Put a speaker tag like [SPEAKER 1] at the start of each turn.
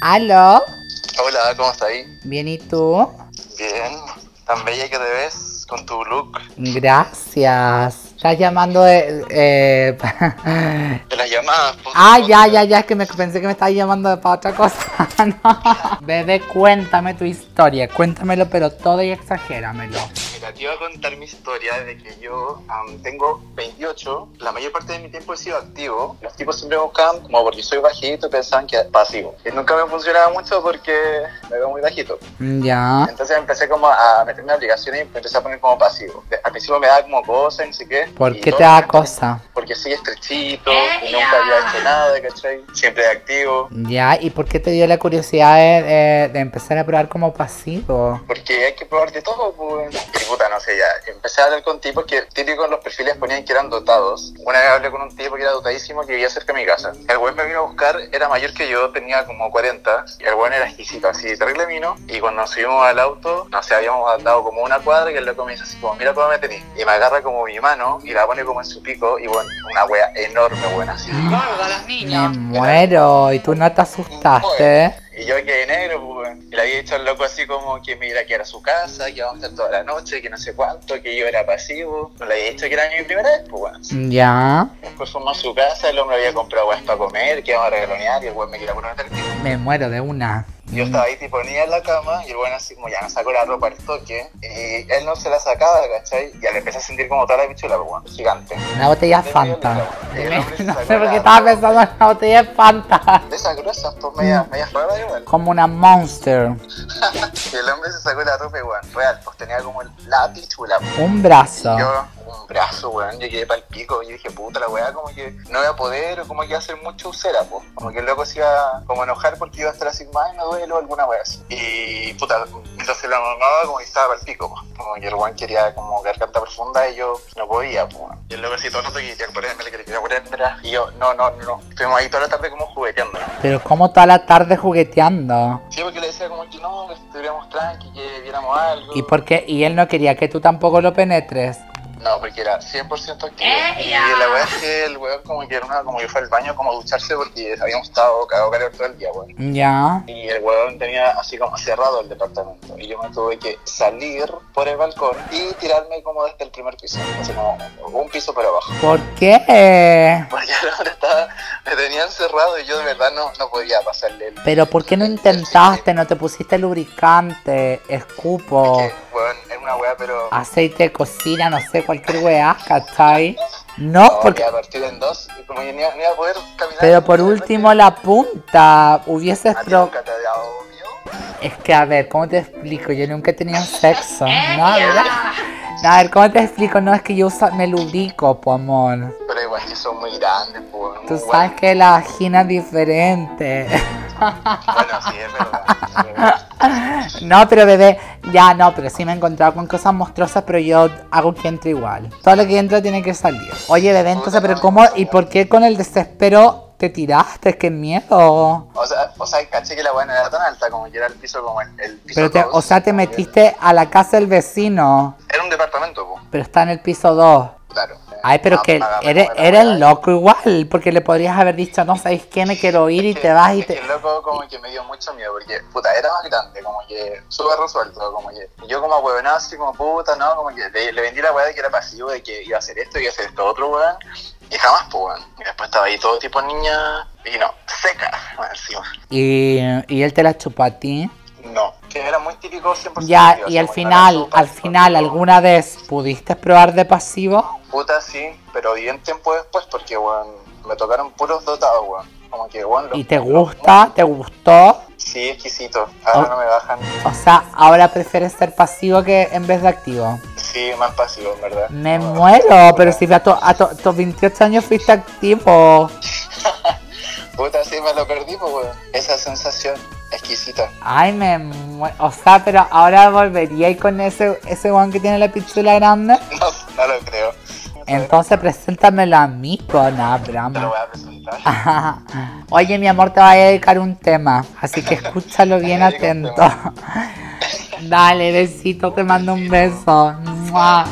[SPEAKER 1] ¿Aló?
[SPEAKER 2] Hola, ¿cómo estás ahí?
[SPEAKER 1] Bien, ¿y tú?
[SPEAKER 2] Bien, tan bella que te ves con tu look.
[SPEAKER 1] Gracias. Estás llamando de... eh,
[SPEAKER 2] De las llamadas. puta,
[SPEAKER 1] ah,
[SPEAKER 2] puta.
[SPEAKER 1] ya, ya, ya, es que me, pensé que me estabas llamando de para otra cosa. No. Bebé, cuéntame tu historia, cuéntamelo, pero todo y exagéramelo.
[SPEAKER 2] Mira, te iba a contar mi historia de que yo am, tengo 28. La mayor parte de mi tiempo he sido activo. Los tipos siempre me buscaban, como porque soy bajito, pensaban que pasivo. Y nunca me funcionaba mucho porque me veo muy bajito.
[SPEAKER 1] Ya.
[SPEAKER 2] Entonces empecé como a meterme en aplicaciones y me empecé a poner como pasivo. De- Al principio me daba como cosa, no sé qué.
[SPEAKER 1] ¿Por
[SPEAKER 2] Y
[SPEAKER 1] qué
[SPEAKER 2] todo
[SPEAKER 1] te da cosa?
[SPEAKER 2] Porque soy estrechito y nunca había hecho nada, ¿cachai? Siempre activo.
[SPEAKER 1] Ya, ¿y por qué te dio la curiosidad de, de- de empezar a probar como pasivo?
[SPEAKER 2] Porque hay que probar de todo, pues. Y puta, no sé, ya. Empecé a hablar con tipos que, típico en los perfiles ponían que eran dotados. Una vez hablé con un tipo que era dotadísimo que vivía cerca de mi casa. El güey me vino a buscar, era mayor que yo, tenía como 40. Y el güey era exquisito, así, terrible vino. Y cuando nos subimos al auto, no sé, habíamos andado como una cuadra y el loco me dice así como, mira cómo me tenés. Y me agarra como mi mano y la pone como en su pico. Y bueno, una wea enorme, buena, así.
[SPEAKER 3] Gordo, los
[SPEAKER 1] Me
[SPEAKER 3] niños.
[SPEAKER 1] muero, ¿y tú no te asustaste?
[SPEAKER 2] Y yo quedé negro, pues, weón. Y le había dicho al loco así como que mira que era su casa, que vamos a estar toda la noche, que no sé cuánto, que yo era pasivo. No le había dicho que era mi primera vez, pues, weón.
[SPEAKER 1] Mm. Ya.
[SPEAKER 2] Después fuimos a su casa, el hombre había comprado weas para comer, que íbamos a regalonear, y el weón me quería poner un atractivo.
[SPEAKER 1] Me muero de una.
[SPEAKER 2] Yo estaba ahí tipo ponía en la cama, y el weón así como ya me sacó la ropa al toque, y él no se la sacaba, ¿cachai? Y le empecé a sentir como toda la pichula, pues, weón, gigante.
[SPEAKER 1] Una botella
[SPEAKER 2] De
[SPEAKER 1] Fanta.
[SPEAKER 2] medio litro.
[SPEAKER 1] No sé por qué estaba pensando en una botella de Fanta.
[SPEAKER 2] De esas gruesas, pues, medias, medias raras, igual.
[SPEAKER 1] Como una monster.
[SPEAKER 2] Y el hombre se sacó la ropa, y, weón, real, pues tenía como la pichula, pues.
[SPEAKER 1] Un brazo.
[SPEAKER 2] Yo, un brazo, weón, yo quedé pa'l pico, yo dije, puta la weá, como que no voy a poder, o como que iba a ser mucho usera, po. Como que el loco se iba a como enojar porque iba a estar así, más me duele o alguna weá así. Y puta, entonces la mamaba como que estaba pa'l pico, po. Como que el weón quería como garganta profunda y yo no podía, po. weón. Y el loco así todo el rato que quería ponerme, le quería ponerme, y yo, no, no, no. Estuvimos ahí toda la tarde como jugueteando.
[SPEAKER 1] Pero como toda la tarde jugueteando.
[SPEAKER 2] Sí, porque le decía como que no, que estuviéramos tranqui, que viéramos algo.
[SPEAKER 1] ¿Y por qué? Y él no quería que tú tampoco lo penetres.
[SPEAKER 2] No, porque era 100% activo.
[SPEAKER 3] ¡Ella!
[SPEAKER 2] Y la verdad es que el weón como que era una, como que fue al baño como a ducharse porque habíamos estado cagado calor todo el día, weón.
[SPEAKER 1] Ya.
[SPEAKER 2] Y el weón tenía así como cerrado el departamento. Y yo me tuve que salir por el balcón y tirarme como desde el primer piso. Así como un piso para abajo.
[SPEAKER 1] ¿Por qué?
[SPEAKER 2] Porque el hombre estaba, me tenía encerrado y yo de verdad no, no podía pasarle el...
[SPEAKER 1] Pero ¿por qué no intentaste? ¿No te pusiste lubricante? Escupo.
[SPEAKER 2] Es que, weón, era una weá, pero...
[SPEAKER 1] Aceite de cocina, no sé, cualquier weá, ¿cachai? No,
[SPEAKER 2] no,
[SPEAKER 1] porque...
[SPEAKER 2] que a partir en dos, y como yo ni, iba- ni iba a poder caminar.
[SPEAKER 1] Pero por último la punta, hubieses...
[SPEAKER 2] ¿A ti
[SPEAKER 1] pro-
[SPEAKER 2] nunca te ha dado miedo?
[SPEAKER 1] Es que a ver, ¿cómo te explico? Yo nunca he tenido sexo. No, a ver, no, a ver, ¿cómo te explico? No, es que yo uso, me lubrico, po amor.
[SPEAKER 2] Pero igual que son muy grandes, pues. muy
[SPEAKER 1] Tú sabes
[SPEAKER 2] buenos.
[SPEAKER 1] que la vagina es diferente.
[SPEAKER 2] Bueno, sí, es verdad. es verdad.
[SPEAKER 1] No, pero bebé, ya no, pero sí me he encontrado con cosas monstruosas, pero yo hago que entre igual. Todo lo que entra tiene que salir. Oye, bebé, entonces, pero ¿cómo y por qué con el desespero te tiraste? ¡Qué miedo!
[SPEAKER 2] O sea, o sea, caché que la buena era tan alta como que era el piso como el, el piso.
[SPEAKER 1] Pero te,
[SPEAKER 2] dos.
[SPEAKER 1] o sea, te metiste a la casa del vecino,
[SPEAKER 2] Era un departamento, pues,
[SPEAKER 1] pero está en el piso 2.
[SPEAKER 2] claro.
[SPEAKER 1] Ay, pero
[SPEAKER 2] Ah,
[SPEAKER 1] que
[SPEAKER 2] págame
[SPEAKER 1] eres,
[SPEAKER 2] como la
[SPEAKER 1] eres
[SPEAKER 2] weá.
[SPEAKER 1] loco igual, porque le podrías haber dicho, no sabéis qué, me quiero ir y
[SPEAKER 2] Es que-
[SPEAKER 1] te vas y
[SPEAKER 2] es que
[SPEAKER 1] te...
[SPEAKER 2] el loco como que me dio mucho miedo porque, puta, era más grande, como que súper resuelto, como que y yo como huevonado así como puta, ¿no? Como que le, le vendí la weá de que era pasivo, de que iba a hacer esto, iba a hacer esto otro, weón. Y jamás, pues, weón. Y después estaba ahí todo tipo niña y no, seca, weón, encima.
[SPEAKER 1] Y, y él te la chupó a ti.
[SPEAKER 2] No, que era muy típico 100%.
[SPEAKER 1] Ya,
[SPEAKER 2] tío,
[SPEAKER 1] y
[SPEAKER 2] así
[SPEAKER 1] al
[SPEAKER 2] como
[SPEAKER 1] final,
[SPEAKER 2] estar
[SPEAKER 1] al
[SPEAKER 2] súper
[SPEAKER 1] final,
[SPEAKER 2] típico.
[SPEAKER 1] ¿alguna vez pudiste probar de pasivo?
[SPEAKER 2] Puta, sí, pero bien tiempo después porque, weón, me tocaron puros dotados, weón. Como que, weón, los-
[SPEAKER 1] ¿Y te gusta? ¿Te gustó?
[SPEAKER 2] Sí, exquisito. Ahora
[SPEAKER 1] Oh.
[SPEAKER 2] no me bajan.
[SPEAKER 1] O sea, ahora prefieres ser pasivo que en vez de activo.
[SPEAKER 2] Sí, más pasivo, en verdad.
[SPEAKER 1] Me
[SPEAKER 2] No,
[SPEAKER 1] muero, pero si a tu- a tu- tus 28 años fuiste activo.
[SPEAKER 2] Puta, sí, me lo perdí, pues, weón. Esa sensación exquisita.
[SPEAKER 1] Ay, me muero. O sea, pero ahora volvería y con ese, ese guan que tiene la pichula grande.
[SPEAKER 2] No, no lo creo.
[SPEAKER 1] Entonces preséntamelo a mí con
[SPEAKER 2] Te lo
[SPEAKER 1] Abraham.
[SPEAKER 2] voy a presentar.
[SPEAKER 1] Oye, mi amor, te voy a dedicar un tema, así que escúchalo bien
[SPEAKER 2] Te dedico un
[SPEAKER 1] atento. Dale, besito, te mando un beso. Mua.